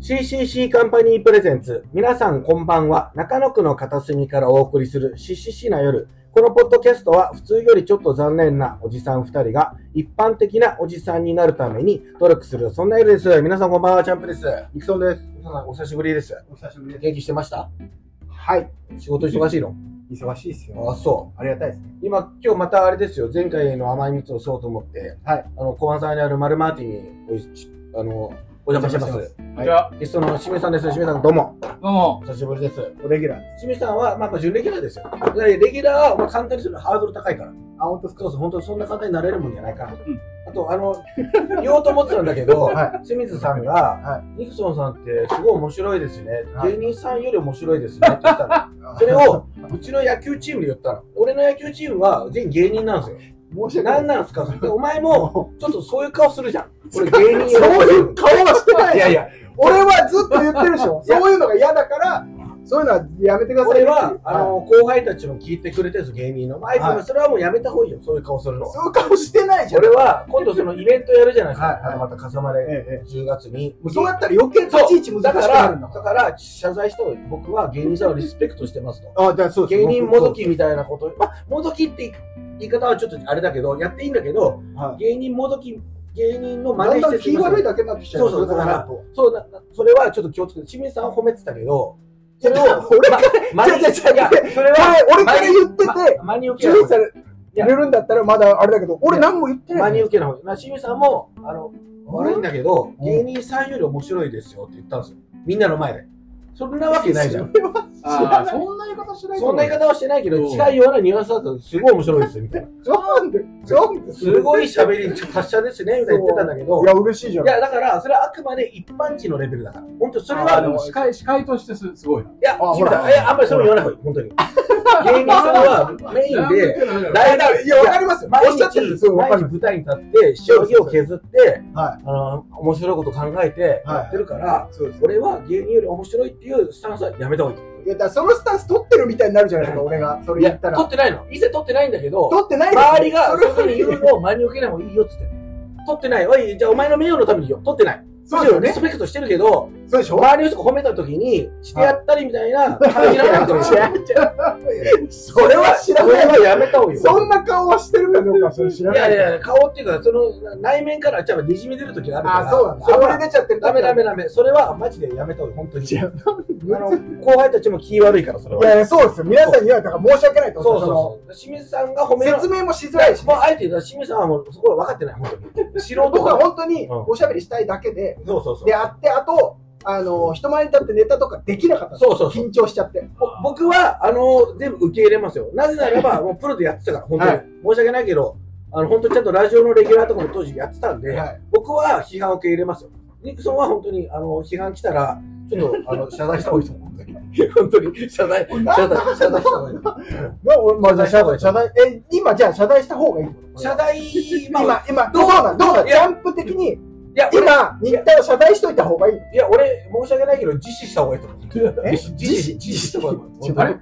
CCC カンパニープレゼンツ。皆さんこんばんは。中野区の片隅からお送りする CCC な夜。このポッドキャストは普通よりちょっと残念なおじさん2人が一般的なおじさんになるために努力する、そんな夜です。皆さんこんばんは、チャンプです。ニクソンです。皆さんお久しぶりです。お久しぶりで元気してましたはい。仕事忙しいの忙しいですよ。あ、そう。ありがたいですね。今、今日またあれですよ、前回の甘い蜜をそうと思って、はい。あの、後半さんにあるマルマーティンにおいしあの、お邪魔してます。こんこんににちちはは。ゲストのしめさんです。しめさん、どうも。ど うも。お久しぶりです。おレギュラーです。しめさんは、まあ、やっぱ準レギュラーですよ。でレギュラーは、まあ、簡単にするのハードル高いから。あ、本当ですかそうそう、本当にそんな簡単になれるもんじゃないから。んあと、あの、言おうと思ってたんだけど、 は清水さんが、はニクソンさんってすごい面白いですね。はい芸人さんより面白いですねって言ったの。 それを、うちの野球チームで言ったの。俺の野球チームは全員芸人なんですよ。申でし 訳ない。何なんすかでお前も、ちょっとそういう顔するじゃん。俺芸人 そういう顔はしてないいやいや、俺はずっと言ってるで しょ。そういうのが嫌だから、そういうのはやめてください俺よっていは、う。あの、後輩たちも聞いてくれてるんです芸人の。まあ、あいつもそれはもうやめた方がいいよ、そういう顔するのいは。そういう顔してないじゃん。俺は、今度そのイベントやるじゃないですはいか。はいあのまた、笠間で、えええ10月に。え。そうやったら余計そう立ち位置だか難しくなら、るんだだかから、謝罪した方がいい。僕は芸人さんをリスペクトしてますと。ら。あ、じゃあそうです。芸人もど僕きみたいなこと、まあ、もどきって言い方はちょっとあれだけど、やっていいんだけど、はい芸人もどき、芸人のだ真ん似だしてんす気いません悪いだけになってきちゃう。そうそうだからと。そうな、なそれはちょっと気をつけて、清水さんを褒めてたけど、それを、俺が、ま、違う違う違ういやそれは、前 俺から言ってて、真に受け注な意されれるんだったらまだあれだけど、俺何も言ってな真い。に受けな方がいい。まあ、清水さんも、あの、悪いんだけど、うん芸人さんより面白いですよって言ったんですよ。みんなの前で。そんなわけないじゃん。それは知あらあ、ない。そんな言い方しないとそん思うな言い方はしてないけうど、ん近いようなニュアンスだと、すごい面白いですよ、みたいな。なんで、なん で、すごい喋り、達者ですね、みたいな言ってたんだけどい、や、嬉しいじゃん。いや、だから、それはあくまで一般人のレベルだから。本当それあは、でいも司会、司会としてすす ごいな。や、あ清水ほさん、らいやあんまりそれも言わない方がいい、本当に。芸人さんは メインで、で、大体、いや、わかりますよ。毎おっしゃってるんで日、すよ。わか毎日ります。舞台に立って、しのぎを削って、はあの、面白いこと考えてはいやってるから、い。そうです。俺は芸人より面白いっていうスタンスはやめた方がいいや、だからそのスタンス取ってるみたいになるじゃないですか、俺が。そい。いれ言や、った取らっ。てないの。一切取ってないんだけど、取ってないですよ周りがそそれういうふうに言うのを真に受けない方がいいよっつって。取ってない。おい、じゃあお前の名誉のためによ。取ってない。そうですよむしろリねス。ペクトしてるけど、そうでしょ周りの人が褒めた時に、してやったりみたい な感じいやになってる違う違うそれは知らそれなはい。やめた方がいいよ。そんな顔はしてるかどうか、それ知らいない。やいやいや、顔っていうか、その内面からちゃんと滲み出る時があるから。あ、そうなんだ。れは溢れ出ちゃってる。ダメダメ。ダメ。それはマジでやめた方がいい、本当に。違う。あの、後輩たちも気悪いから、それいは。やいや、そうですよ。皆さんに言われたから申し訳ないとそう思そううそう。清水さんが褒そのめる。説明もしづらいし。もうあえて言うと、清水さんはもうそこは分かってない、本当に。素人僕はは。本当におしゃべりしたいだけで、そうそうそうで。あって、あと、あの、人前に立ってネタとかできなかったんですそうそうそう。緊張しちゃって。ぼ僕は、あの、全部受け入れますよ。なぜならば、もうプロでやってたから、本当に。はい申し訳ないけど、あの、本当にちゃんとラジオのレギュラーとかも当時やってたんで、はい僕は批判を受け入れますよ。ニクソンは本当に、あの、批判来たら、ちょ っと、あの、謝罪した方がいいと思う。本当に。本当に、謝罪、謝罪、謝罪した方がいい。まあ、俺まあ、じゃあ謝謝罪罪、謝罪、え、今じゃあ謝罪した方がいいの謝罪、まあ、今、今、どうなんどうなんいジやャンプ的に、いや、俺、今、日体を謝罪しといた方がいいのいや、俺、申し訳ないけど、自死した方がいいと思う。え自死、自死自死した方がいいと思う。あれ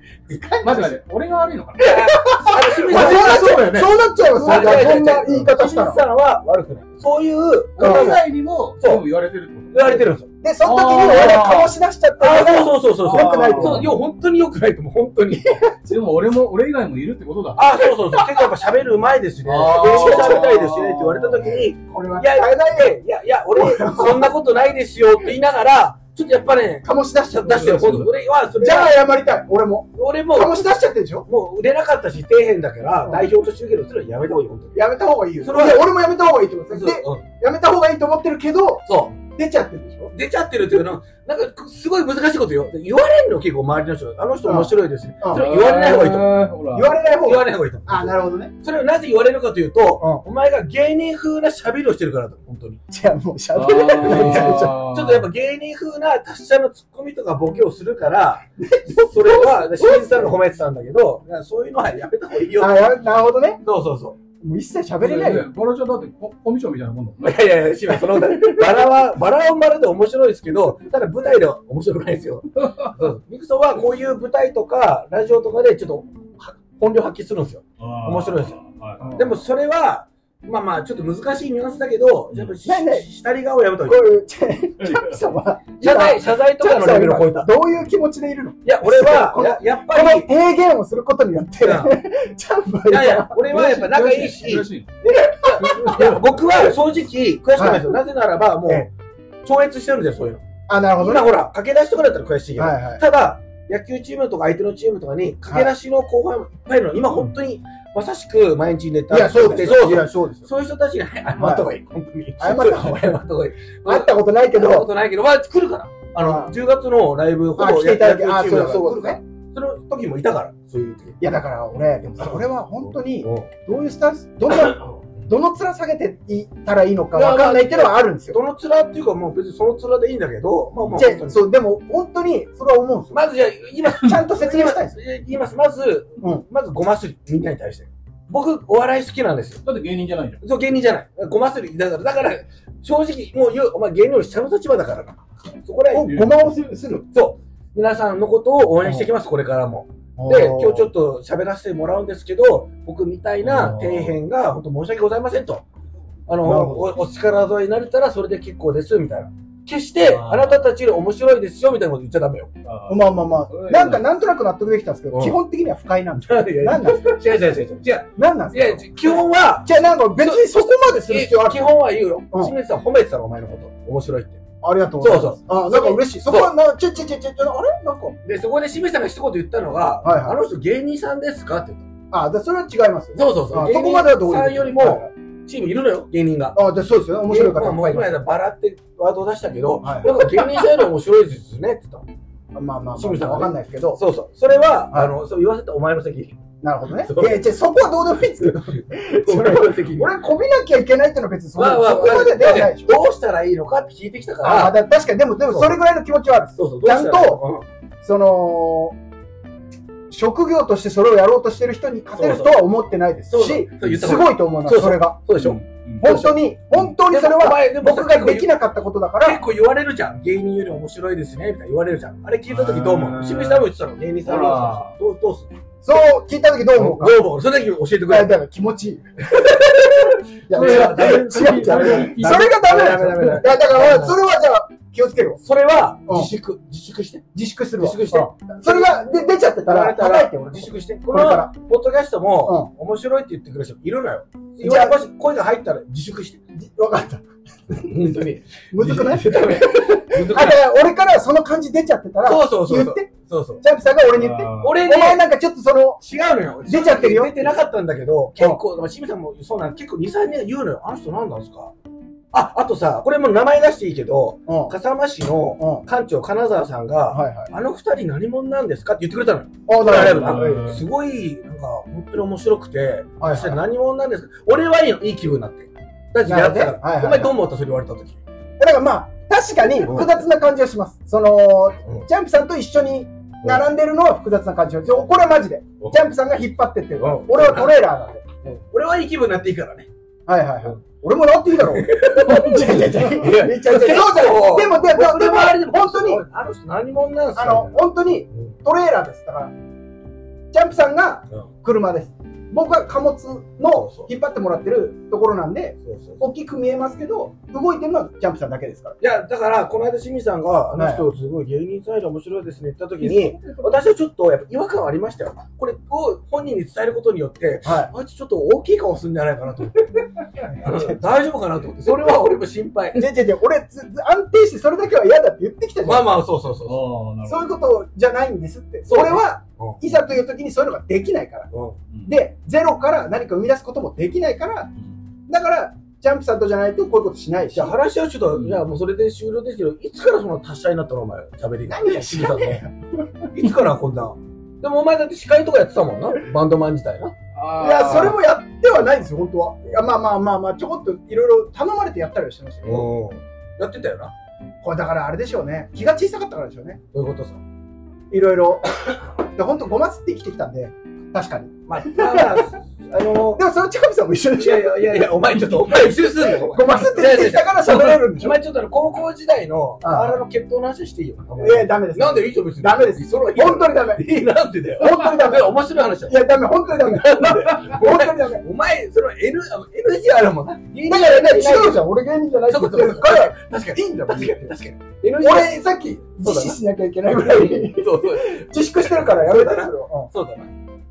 マジマジ、俺が悪いのかなあの清水まあさんやそうだよねそうなっちゃいますよ。いだかやいやいやらそんな言い方した清ら水。さんは悪くない。そういう俺方以が外にも、そうそう言われてるってこと言われてるんですよ。で、その時に俺が顔し出しちゃったあら、そうそうそうそう。良くないと思うそう、いや、本当に良くないと思う。本当に。でも俺も、俺以外もいるってことだ。あ、そうそうそう。結構やっぱ喋るうまいですね。あー電車喋りたいですねって言われた時に、いこれは、や、いや、いや、いや、俺、そんなことないですよって言いながら、ちょっとやっぱね、醸し出しち出ゃった。してよ、今度。俺は、それじゃはあ、謝りたい、俺も。俺も、醸し出しちゃってるでしょもう売れなかったし、底辺だから、代表として受けるそれはやめた方がいい、本当に。やめた方がいいよ。それはいや俺もやめた方がいいってことそうです。で、うんやめた方がいいと思ってるけど、そ出ちゃってるでしょう。出ちゃってるっていうのは、なんか、すごい難しいこと言う。言われんの、結構周りの人。あの人面白いですね。うんそれは言われない方がいいと思う。と言われない方言われがいい。ない方がいいと思う。あ、なるほどね。それをなぜ言われるかというと、お前が芸人風な喋りをしてるからだ、本当に。じゃあもう喋れれなくなっちゃ うじゃん。 ちょっとやっぱ芸人風な達者のツッコミとかボケをするから、 それは、清水さんが褒めてたんだけど、そういうのはやめた方がいいよ。あやなるほどね。そうそうそう。もう一切喋れないよ。。ボロちゃんだってココミションみたいなもんだもんいね。やいやいや、しめそのバラは、バラはバラで面白いですけど、ただ舞台では面白くないですよ。うん。ミクソンはこういう舞台とか、ラジオとかでちょっとは本領発揮するんですよ。面白いですよはい。でもそれは、まあまあ、ちょっと難しいニュアンスだけど、やっぱし、ないない下り顔をやめといこうて。いう、チャックさんは、謝罪、謝罪とチかャッのクさレんベルはを超えた。今どういう気持ちでいるのいや、俺は、ややっこぱのり、提言をすることによって、チうャンバいやいや、俺はやっぱ仲いいし、嬉し いいや僕は正直、悔しくないですよ。なぜならば、もえう、超越してるんですよ、そういうあ、なるほの。どね。今はほら、駆け出しとかだったら悔しいいけど、はい。ただ、野球チームとか相手のチームとかに、駆け出しの後輩もいっぱいいるの。今、本当に、まさしく毎日ネタいや、そうですそうよ。いそうや、そうですよ。そういう人たちに、はい謝った方がいい、本当に。謝った方がいい謝った方がいい。会ったことないけそんなこど、とないけど、まあ、来るから。あの、あ10月のライブ、ほあ、ぼ来ていただけ、野あ、球チそうームだがそ来うるだからね。その時もいたから、そういう時。いや、だから俺、でもそれは本当に、うんどういうスタンス、どんな、 どの面下げていったらいいのかわかんないっていうのはあるんですよ。どの面っていうか、もう別にその面でいいんだけど、まあまあ、じ本当ゃあにそう、でも本当に、それは思うんですよ。まずじゃあ、今、ちゃんと説明したいんですよ。言います。まず、うんまずごますり、みんなに対して。僕、お笑い好きなんですよ。だって芸人じゃないじゃん。そう、芸人じゃない。ごますり、だから、だから、正直、もう言う、お前芸人より下の立場だからな。そこで、おごまをするする。そう、皆さんのことを応援していきます、これからも。で、今日ちょっっと喋らせてもらうんですけど、僕みたいなおー底辺が、本当申し訳ございませんと。あの、なるほおお力添えになれたらそれで結構です、みたいな。決して、あーあなたたちより面白いですよ、みたいなこと言っちゃダメよ。あまあまあまうあ、んなんかなんとなく納得できたんですけうど、ん基本的には不快なんですよ。いやいやなんなんですか違う違う違う違う。違う。なんなんいでや、すか基本は、じゃあなんか別にそこまでする必要あ基る本は言うよ。うん清水さん褒めてたの、お前のこと。面白いって。ありがとうございます。そうそうあ、なんか嬉しい。そこはな、ちょちょちょちょ、ちょあれなんか、で、そこで清水さんが一言言ったのが、はいはいあの人芸人さんですかって言っあ、だからそれは違いますよた。そうそうそう。あ芸人そこまではどうさんよりも、、チームいるのよ、芸人が。あ、じゃあそうですよね。面白いま方あももうい今ます。やバラってワードを出したけど、はいなんか芸人さんより面白いですねって言ったの。まあまあまあ、清水さんがわねかんないですけど、そうそう。それは、はいあの、そう言わせたお前の 責なるほどねそ。ういや、じゃあそこはどうでもいいんですけど、任。それの責俺はこびなきゃいけないってのは別にそこわあわあそこまでではないでしどょ。うしたらいいのかって聞いてきたから、あだ確かに、でも、でもそれぐらいの気持ちはあるんです。そうそう、ちゃんとどうしたらいいのかその、職業としてそれをやろうとしてる人に勝てるとは思ってないですそうそうし、そう言ったす方がいいごいと思います、そうそうそれが。そうでしょ、本当に、本当にそでれもおは前でも僕ができなかったことだから結、構言われるじゃん。芸人より面白いですね、みたいな言われるじゃん。あれ聞いた時どう思ううん清水さんも言ってたの。芸人さんほもらどうどうするそう聞いた時どう思うか。どう思うそれだけ教えてくいやれ。だから気持ち いい。いやそれは違う違うダメ違う違うダメそれがダメなんダメダメダですよ。メいやだからそれはじゃあ気をつけるわ。それはうん自粛、自粛して。自粛するわ。自粛して。それがで出ちゃってた言わられた叩いらて俺も自。粛して。ここれからのポッドキャストも面白いって言ってくれる人いるのよ。じゃあもし声が入ったら自粛して。わかった。本当に。むずくないダメ あだから俺からその感じ出ちゃってたらそうそうそう言そう。って。そうそう。ジャンプさんが俺に言って。俺おね、前なんかちょっとその違うのよ。出ちゃってるよ出てなかったんだけど、結構、まあ、清水さんもそうなん結構2、3人が言うのよ。あの人何なんですかあ、あとさ、これもう名前出していいけど、うんうん笠間市の館長金沢さんが、はいはい。あの二人何者なんですかって言ってくれたのよ。あだからあはいうんすごい、なんか、本当に面白くて、はいそしたら何者なんですか俺はいいのいい気分になって。だってやってたかなるほどねはいはいはら。いお前どう思ったそれ言われた時。だからまあ確かに複雑な感じはします。そのうんジャンプさんと一緒に並んでるのは複雑な感じはします。これはマジで。ジャンプさんが引っ張ってってるからうん俺はトレーラーなんで。俺はいい気分になっていいからね。はいはいはい。俺もなってい いだろう。違う違う違う。違う違う。そうじゃない。でも、でも、でも、あれでも本当に、あの人何者なんですかあの、本当にうんトレーラーです。だから、ジャンプさんがうん車です。僕は貨物そうそのう引っ張ってもらってるところなんで、そうそうそう大きく見えますけど、動いてるのはジャンプさんだけですから。いや、だから、この間、清水さんが、あの人、すごい芸人サイド面白いですね、言った時に、私はちょっと、やっぱ違和感はありましたよ。これを本人に伝えることによって、はい。あいつちょっと大きい顔するんじゃないかなと思 って。うん大丈夫かなと思って。それは俺も心 配。で、で、で、俺、ずず安定してそれだけは嫌だって言ってきた じまゃあん。まあ、そうそうそう。ああ、なるほそういうことじゃないんですって。そう俺はう、いざという時にそういうのができないから。うんど。で、ゼロから何か生み出すこともできないから、だから、ジャンプさんとじゃないとこういうことしないしじゃあ、。話はちょっと、うんいや、もうそれで終了ですけど、いつからその達者になったの、お前、喋りが。何が清水さんの。いつからこんな。でも、お前だって司会とかやってたもんな。バンドマン自体な。ああいや、それもやってはないんですよ、本当は。いや、まあまあまあまあ、ちょこっといろいろ頼まれてやったりはしてましたけど、やってたよな。これだからあれでしょうね、気が小さかったからでしょうね、どういうことさ。いろいろ。で、本当、ごますって生きてきたんで、確かに。まあ、まあまあ、あの、でもそのチャミさんも一緒でいしょやいやいやいや、お前ちょっと、お前一緒にすんのお前ごますって出てきたから喋れるんでしおょ前ちょっとあの高校時代の、あああらの決闘の話していいよ。いや、ダメです。なんでいいと別に。ダメですそれはいいよ本当にダメ。いいなんでだよ。本当にダメいや面白い話だよい。や、ダメ、本当にダメ。本当にダメ。お前、その N、あの NG あるもん。芸だからね、違うじゃん。俺芸人じゃないって言ってるから、確かいいんだもん。に。確かに。俺、さっき、自死しなきゃいけないぐらい、そうそう。自粛してるからやめたんだけそうだな。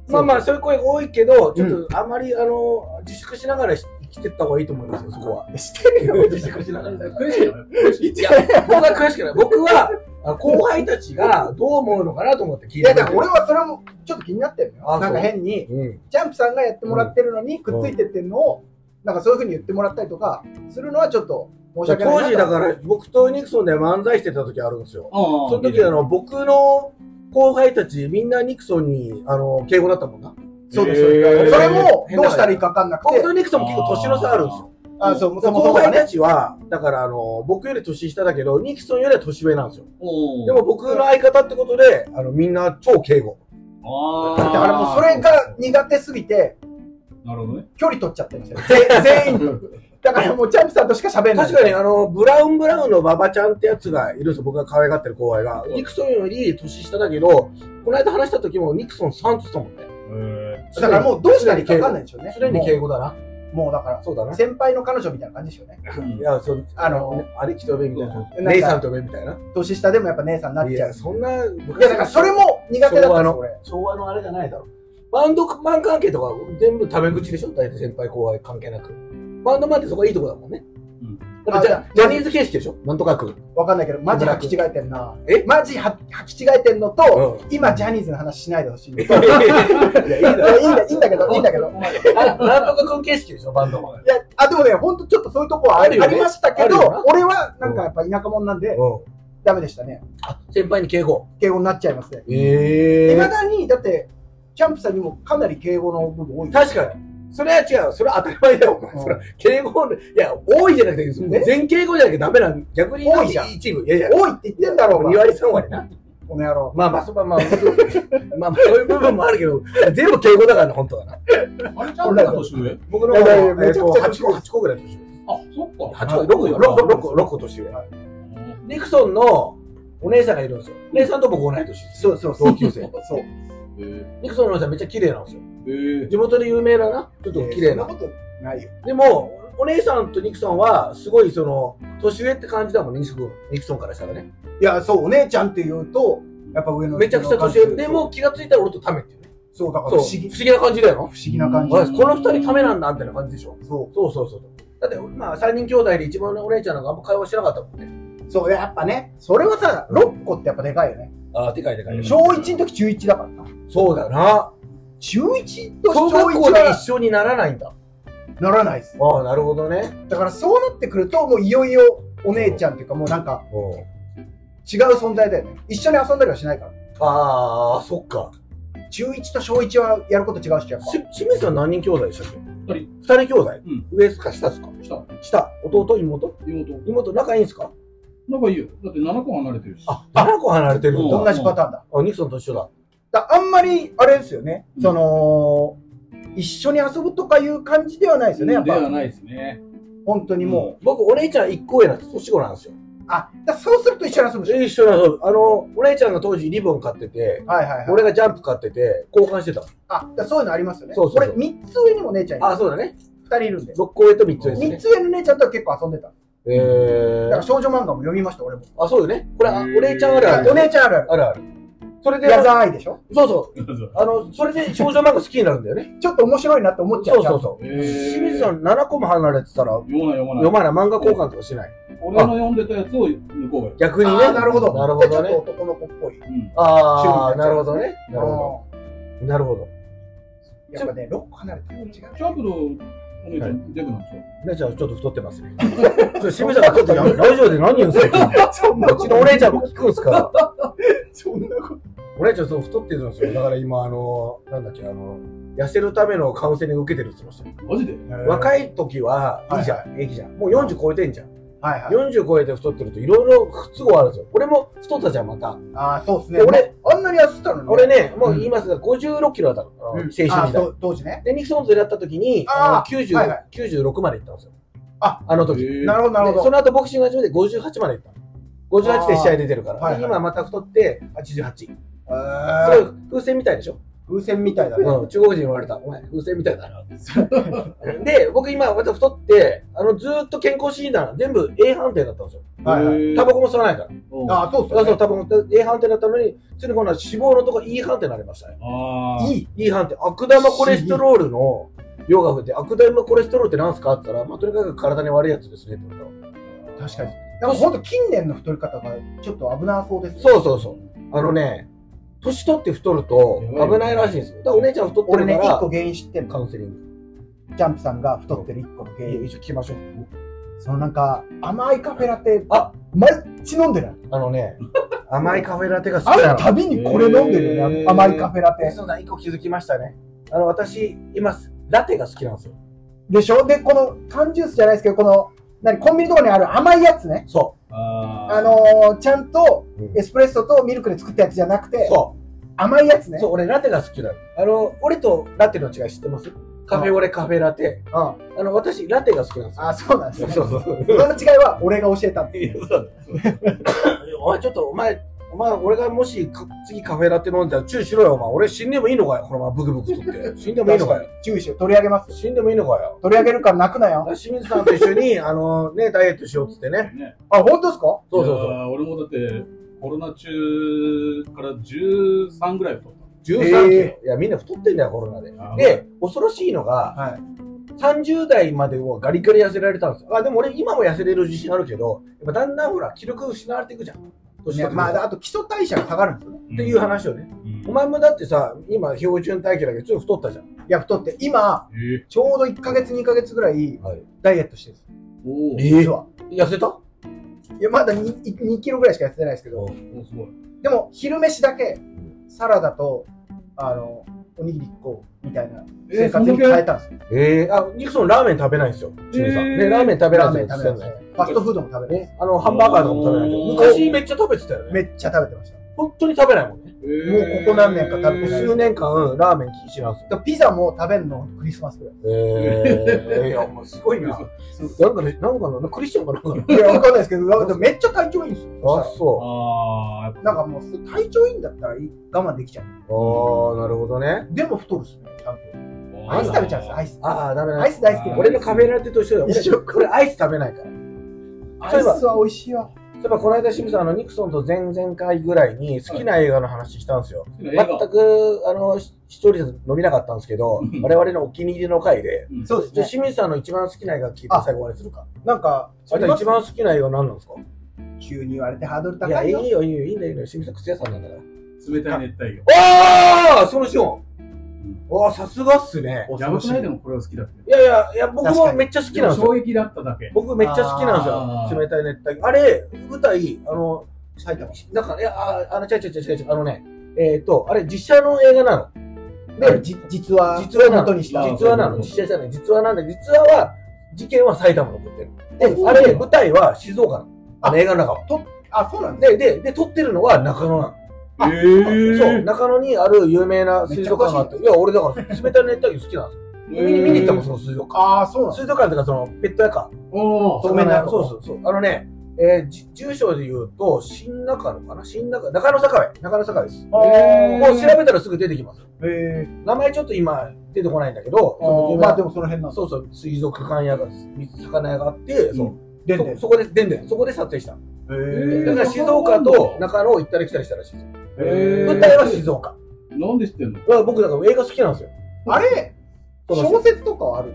まあまあ、そういう声多いけど、ちょっとあまり、あの、自粛しながら生きてった方がいいと思いますよ、そこは。してる よ。自粛しながら。悔しいよ。悔しい。いや、僕は詳しくない。僕は、あ後輩たちがどう思うのかなと思って聞いいてや、るだから俺はそれもちょっと気になってるのあそよ。うなんか変に、うん。ジャンプさんがやってもらってるのにくっついてってんのを、なんかそういうふうに言ってもらったりとか、するのはちょっと申し当訳ないなと。時だから、僕とニクソンで漫才してた時あるんですよ。そその時あの僕の後輩たちみんなニクソンにあの敬語だったもんな。そうですそうですへーそれも、どうしたらいいかわかんなく僕てと、ニクソン結構年の差あるんですよ。あ、そう、そもそ後もが輩ね。たちはだからあの僕より年下だけどニクソンよりは年上なんですよ。おーでも、僕の相方ってことであのみんな超敬語。あだーからもうそれが苦手すぎて、なるほどね。距離取っちゃってるんですよ。ぜ 全員と。だからもうジャンプさんとしか喋れない。確かにあのブラウンブラウンの馬場ちゃんってやつがいるんですよ。僕が可愛がってる後輩が。ニクソンより年下だけどこの間話した時もニクソンさんつったもんね。だからもうどうしたらいいかわかんないでしょうね。すでに敬語だな。もうもうだから、そうだな。先輩の彼女みたいな感じですよね。うんいやそうあのあれ人べみたいなそう姉さんとべみたいな。年下でもやっぱ姉さんにないっちゃう。や、いそんな、いや、や、だからそれも苦手だったんですよ、俺。昭和のあれじゃないだろ。バンドマン関係とか全部タメ口でしょ大体先輩後輩関係なく。バンドマンってそこいいとこだもんね。うんだからジャジャニーズ形式でしょなんとかく。わかんないけど、マジ履き違えてんな。えマジは履き違えてんのと、ん。今ジャニーズの話しないでほしいのいと。いやいやいやいんだ、いいんだけど、いいんだけど。 ななんとかく形式でしょバンドマン。いや、あ、でもね、ほんとちょっとそういうとこはああるよねりましたけどあるよな、俺はなんかやっぱ田舎者なんで、うダメでしたね。ん。先輩に敬語。敬語になっちゃいますね。えいまだに、だって、キャンプさんにもかなり敬語の部分多い。確かに。それは違う。それは当たり前だよ、お前。うんそれは敬語、いや、多いじゃなくて、ね全敬語じゃなきゃダメなん逆に多いじゃん一部。いやいや、多いって言ってんだろう2が、割3割な。この野郎。まあまあ、そまあまあ、まあまあ、そういう部分もあるけど、全部敬語だからね、本当はな。あれちゃんと年上あ、僕のい方やいやが、めえっちゃと、くちゃ8個、八個ぐらい年そっ上。か。八個、6個よ、六6個、6個、6個年上。ニクソンのお姉さんがいるんですよ。姉さんと僕同い年です。そうそうそう。同級生。そう。えーニクソンのお姉さんめっちゃ綺麗なんですよ。えー地元で有名だな。ちょっと綺麗そんなな。ことないよ。でも、お姉さんとニクソンは、すごいその、年上って感じだもんね、ニクソンニクソンからしたらね。いや、そう、お姉ちゃんって言うと、やっぱ上のめちゃくちゃ年上。で、も気がついたら俺とタメっていうね。そう、だからそう。不不思思議。不議な感じだよ思議な感じな。。あこの二人タメなんだ、みたいな感じでしょ。そそうそうそう。だって、まあ、3人兄弟で一番お姉ちゃんなんかあんま会話してなかったもんね。う。そう、やっぱね、それはさ、6個ってやっぱでかいよね。ああ、でかいでかい。うん小1の時中1だからな。そうだな。中1と小小学1校では一緒にならないんだ。ならないです。ああ、なるほどね。だからそうなってくると、もういよいよお姉ちゃんっていうか、もうなんか違う存在だよね。一緒に遊んだりはしないから。ああ、そっか。中1と小1はやること違うし、やっぱ。し、清水さん何人兄弟でしたっけ二人。二人兄弟ん上ですか下ですか下。下。弟、妹妹。妹仲いいんすかなんかいいよ。だって7個離れてるし。あ、7個離れてるんうだ。同じパターンだ。あ、ニクソンと一緒だ。だあんまり、あれですよね。うんその、一緒に遊ぶとかいう感じではないですよね、やっではぱ。ないですね。 本当にもう。僕、お姉ちゃん1個上なんです。年子なんですよ。あ、だそうすると一緒に遊ぶでし一緒なんですよ。あの、お姉ちゃんが当時リボン買ってて、ょ。はいはいはい。俺がジャンプ買ってて、交換してた。あ、だそういうのありますよね。そうそうそう俺3つ上にも姉ちゃんいる。あ、そうだね。 2人いるんで。僕、こうと3つです3ね。つ上の姉ちゃんとは結構遊んでた。えだからー、少女漫画も読みました、俺も。あ、そうよね。これ、あへおー姉ちゃんあるあある。お姉ちゃんあるある。あるある。それで、矢沢愛でしょそうそう。うあの、それで少女漫画好きになるんだよ ね。ちょっと面白いなって思っちゃう。そうそうそう。へー清水さん7個も離れてたら、読まない読まな読い。まない漫画交換とかしない。俺の読んでたやつを向こうがやる。逆ちゃにんね。あーなるほど。なるほどでちょねっ。と男の子っぽい。うん。ああ、なるほどね。なるほあど。なるほど。ーやっぱね、6個離れてるの 違う。キャンプのお姉ちゃん、デブなんでしょ姉ちゃんちょっと太って ますね。ちょ清水さんちょっとやめラジオで何言うんですかそ んこっちの お姉ちゃんも聞くんすから。そんなこと。お姉ちゃんそう太ってるんですよ。だから今、あの、なんだっけ、あの、痩せるためのカウンセリング受けてるって言ってましたよ。マジで若い。い時は、いいじゃん、いいじゃん。もう40超えてんじゃん。はいはい。 40超えて太ってるといろいろ不都合あるんですよ。俺も太ったじゃん、また。ああ、そうですね。で俺、あんなに痩せてたのに。俺ね、もう言いますが、56キロだったの、うん、青春時代あ。。当時ね。で、ニクソンズでやった時に、ああーの90はいはい96まで行ったんですよ。あ、あの時。えなるほど、なるでほそど。の後ボクシング始めて58までいった58で試合出てるから、あーはいはいで今また太って88すごえいー風船みたいでしょ、風船みたいだね。うん、中国人に言われたお前風船みたいだな ってで僕今また太ってあのずーっと健康診断全部 A 判定だったんですよはいはい。タバコも吸わないから、コああ、そうっすそうよそねう。タバコも A 判定だったのについに今度は脂肪のとこ E 判定になりましたねああ。いい。い。 E 判定悪玉コレステロールの量が増えて悪玉コレステロールって何すかって言ったら、まあ、とにかく体に悪いやつですねって言われた確かに。なんかほんと近年の太り方がちょっと危なそうですね。そうそうそうあのね、年取って太ると危ないらしいんですよ。だからお姉ちゃん太って俺るかね、ら、一個原因知ってんカの。ウンセリンジャンプさんが太ってる一個グ。の原いや因。一応聞きましょう。そのなんか、甘いカフェラテ、あ毎日飲んでない。あのね、甘いカフェラテが好あきなるの。たびにこれ飲んでるよへね、ー甘いカフェラテ。そうだ、一個気づきましたね。あの、私、います。ラテが好きなんですよ。でしょで、この缶ジュースじゃないですけど、この、何、コンビニとかにある甘いやつね。そあーあ、のー、ちゃんとうんエスプレッソとミルクで作ったやつじゃなくう。て、そ甘いやつう。ね。そう、俺ラテが好きなの。あの、俺とラテの違い知ってますカフェオレ、カフェラテ。うん。ああの、私、ラテが好きなんですよ。そうなんですね。そそうそうそう。の違いは俺が教えたんいやで。そう お前ちょっとお前お前俺がもしか次カフェラテ飲んだら注意しろよお前俺死んでもいいのかよこのままブクブクとって死んでもいいのかよ注意しよう。取り上げます。死んでもいいのかよ取り上げるから泣くなよ。清水さんと一緒にあのねダイエットしようっつってねね。あ、本当ですかそうそういやー俺もだって、コロナ中から13ぐらい太っそう13キロ、いやみんな太ってんだよコロナでた。で恐ろしいのがはい。 30代まではガリガリ痩せられたんですよあでも俺今も痩せれる自信あるけどやっぱだんだんほら気力失われていくじゃん年取ってくるとねまあ、あと基礎代謝が下がるんですよね。っっていう、話をねうんお前もだってさ今標準体型だけどちょっと太ったじゃんいや、太って、今、えちょうど1ヶ月、2ヶ月ぐらいはいダイエットしてるんですー、おーえ実は。痩せたいや、まだ 2, 2キロぐらいしか痩せてないですけど、おーすごい。でも、昼飯だけ、サラダと、あの、おにぎり1個みたいな生えー、そ活んだにけ変えたんですよ。えー、あ、ニクソンラーメン食べないんですよ。清水さえん。ーね、ラーメン食べらラーれメなンい食食べべられなられないい。ファストフードも食べれない。ね、あの、ハンバーガーとかも食べないけど、昔めっちゃ食べてたよめね。っちゃ食べてました。本当に食べないもんね。えーもうここ何年か食べてない数年間、ラーメン禁止なんですでもピザも食べるのクリスマスぐらい。よ。えー、いや、もうすごいな。 なんかね、なんかな、クリスチャンかなんかいや、わかんないですけど、なんかでもめっちゃ体調いいんですよ。な。あ、そああ、やっぱなんかもう、体調いいんだったらいい我慢できちゃう。う。あー、なるほどね。でも太るっすね、ちゃんと。あーアイス食べちゃうんですよ、アイス。あー、ダメだ。アイス大好き。俺のカフェラテと一緒だよ。一緒これアイス食べないから。アイスは美味しいわ。例えば、この間、清水さん、あの、ニクソンと前々回ぐらいに好きな映画の話したんですよ。好きな映画全くあのし視聴率伸びなかったんですけどうん、我々のお気に入りの回で、うんそうじゃであすね。清水さんの一番好きな映画聞いてあ最後までするか。なんか、あれ一番好きな映画何なんですか急に言われてハードルいや、高いいいよ。よ、いいよ、いいんだよ、いいんだよ、清水さん、靴屋さんなんだから。冷たい熱帯魚。おーそのシーンんおーさすがっすね。やばくないでもこれは好きだって。いやいや、いや僕確かもにめっちゃ好きでなんでもす衝よ。撃だっただけ。僕めっちゃ好きなんあですーよ。冷たい熱帯魚。あれ、舞台、あの、埼玉。なんか、いや、ああの、違う違う違う違う違う、あのね、えっと、あれ、実写の映画なの。で、じ実は、実話な元のにした。実話なの実写じゃない実話なんで実話は事件は埼玉の起こってるでああれ舞台は静岡なのあの映画の中はあ、そうなんだ。ででで撮ってるのは中野なの、えそう中野にある有名な水族館があっていや俺だから冷たい熱帯魚好きなんですよ見に見に行ったもんその水族館ああ、そうなんだ。水族館とかそのペット屋かおーそうなんだそうそうそうあのねえーじ住所で言うと新中野かな新中野中野坂上中野坂上ですえーもう調べたらすぐ出てきますべえー。名前ちょっと今出てこないんだけどその有名まなあでもその辺なんだ。そうそう、水族館屋が、水魚屋があって、そうでんそでん。そこで、でんでん、そこで撮影した。えへーだから静岡と中野を行ったり来たりしたらしいですよ。えー舞台は静岡。なんで知ってんのだから僕、だから映画好きなんですよ。あれその小説とかはある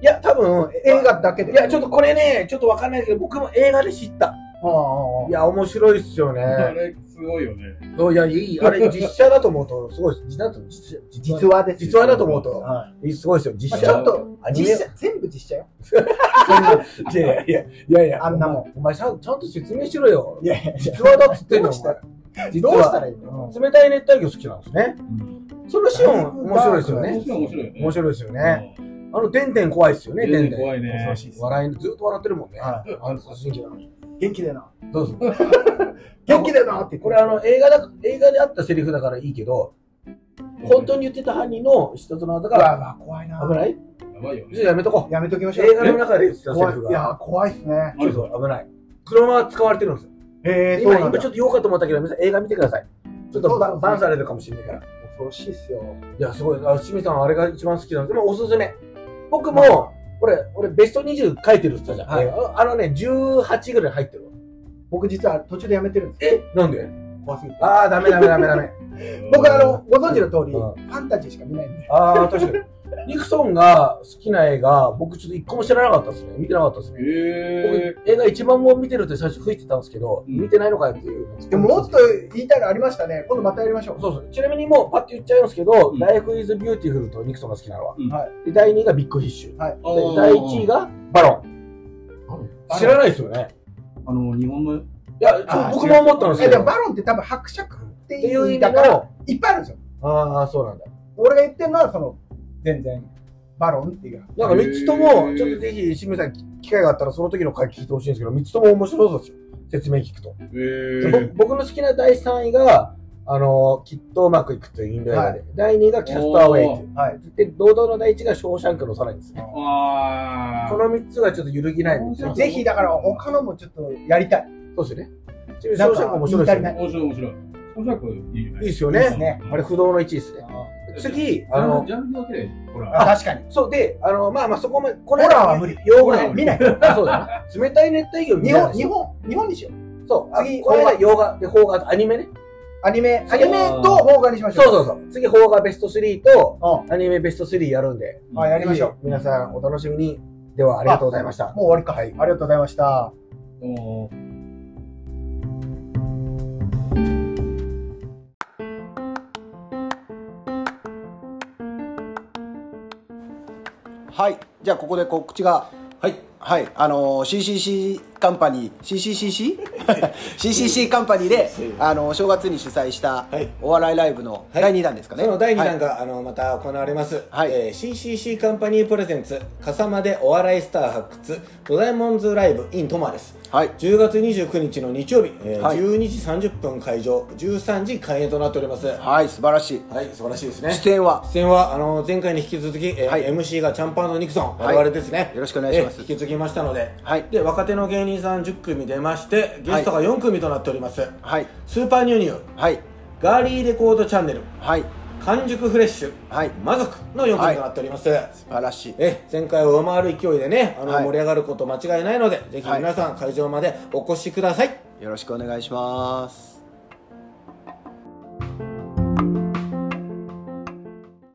いや、多分、映映画、画だけで。いや、ちょっっとこれね、ちょっとわかんないけど、僕も映画で知った。と。ああいや、面白いっすよ あね。れ、すごいよね。そういや、いい。あれ、実写だと思うと、すごいっす。実写だと思う実写実話です。実話だと思うと、はいすごいっすよ、ま実あ写。ちょっと、アニメ実写、全部実写 よ。いやいやいや、いやいや、あんなもんお前、ちゃんちゃんと説明しろよ。いやいや実話だっつってんの、どうおした前 ら。実どうした話。らいいの冷たい熱帯魚好きなんですね。うんそのシーン面白いですよえ面ね。白い面白いよね。面白いですよね。あの、てんてん怖いっすよね、てんて全然ん。怖いね恐ろ。しいです。笑いの、ずっと笑ってるもんね。はあの、殺人鬼なのに。元気だよな。どうぞ。元気だよなって。これあの、映画だ、映画であったセリフだからいいけど、本当に言ってた犯人の人との方うがわうわ怖いな。危ないやばいよじゃね。あやめとこやめときまう。しょう。映画の中で言ってたセリ怖い。フいが、や、怖いっすね。ちょっと危ない。そのまま使われてるんですよ。えー、そ今、うなん今だ。ちょっと言おうかと思ったけど、皆さん映画見てください。ちょっそとうだバンバンされるかもしれないから。恐ろしいっすよ。いや、すごい。あ、清水さんはあれが一番好きなんです。でもおすすめ。僕も、俺、俺ベスト20書いてるって言ったじゃん。はいああのね、18ぐらい入ってるわ。僕実は途中でやめてるんですえなんで怖すぎて。ああ、ダメダメダメダメ。僕あの、ご存知の通り、うフんァンタジーしか見ないんで。ああ、確 かに。ニクソンが好きな映画、僕ちょっと一個も知らなかったですね。見てなかったですね。え僕映画一番も見てるって最初吹いてたんですけど、うん見てないのかよっていう。でももっと言いたいのありましたね。今度またやりましょう。そうそう。ちなみにもうパッて言っちゃいますけど、うん Life is Beautiful とニクソンが好きなのは。うんはいで第2位がビッグフィッシュ。でーあー第1位がバロン。バロン知らないですよね。あの、日本の、いや、あ僕も思ったんですえ、けど。でもっバロンって多分伯爵ってていい意うう意味味だから、の。いっぱいあるんですよ。ああ、そうなんだ。俺が言ってるのは、その、全然、バロンっていう。なんか3つとへも、ーちょっとぜひ、清水さん、機会があったらその時の回聞いてほしいんですけど、3つとも面白そうですよ。説明聞くと。えぼー、僕の好きな第3位が、あのきっとうまくいくというインド映画で、第2位がキャストアウェイというはい。で、堂々の第1位がショーシャンクのさらにですね。あこの3つがちょっと揺るぎないんですよ。ぜひ、だから、他のもちょっとやりたい。そうですよね。ちなみにショーシャンク面白いですよなあ、ね。ん面白い面白い。そしたらこれいいよいいね。ですよいいですね。ね。あれ、不動の1位ですね。次、ああの、の、ジャンル分けで、ほあら。確かに。そうで、あの、まあまあそこまで、こホラーは無理。洋ホ画ラーは見ない。あそうだな。冷たい熱帯魚見日ない本、で日しょ本、日本にしよう。そう、次、次これが洋画、で、邦画とアニメね。アニメ、そアうニメと邦画にしましょ。そううそうそう。次、邦画ベスト3と、うアニメベスト3やるんで。ん。はい、やりましょう。ぜひ皆さんお楽しみに。では、ありがとうございました。もう終わりか。はい。ありがとうございました。どうもはい、じゃあここで告知が。はい。はい、あのー CCC カンパニー、CCCC? CCC カンパニーで、あのー正月に主催したはいお笑いライブの第2弾ですかね。その第2は弾いが、あのまた行われます、はいえー CCC カンパニープレゼンツ「笠間でお笑いスター発掘ドラえもんズライブ in トマ」ですはい。 10月29日の日曜日、えーはい12時30分会場13時開演となっておりますははい、素晴らしい。い素晴らしいですね出演は、出演はあの前回に引き続き、えーはい MC がチャンパーのニクソン、はい我々ですねよろしくお願いしますえー引き継ぎましたので,、はいで若手の芸人さん10組出ましてゲストが4組となっております、はい、スーパーニューニューはい、ガーリーレコードチャンネルはい、完熟フレッシュ、はい魔族の4組となっております、素晴らしい。え前回を上回る勢いでねあの、はい盛り上がること間違いないのでぜひ皆さん会場までお越しくださいよろしくお願いします。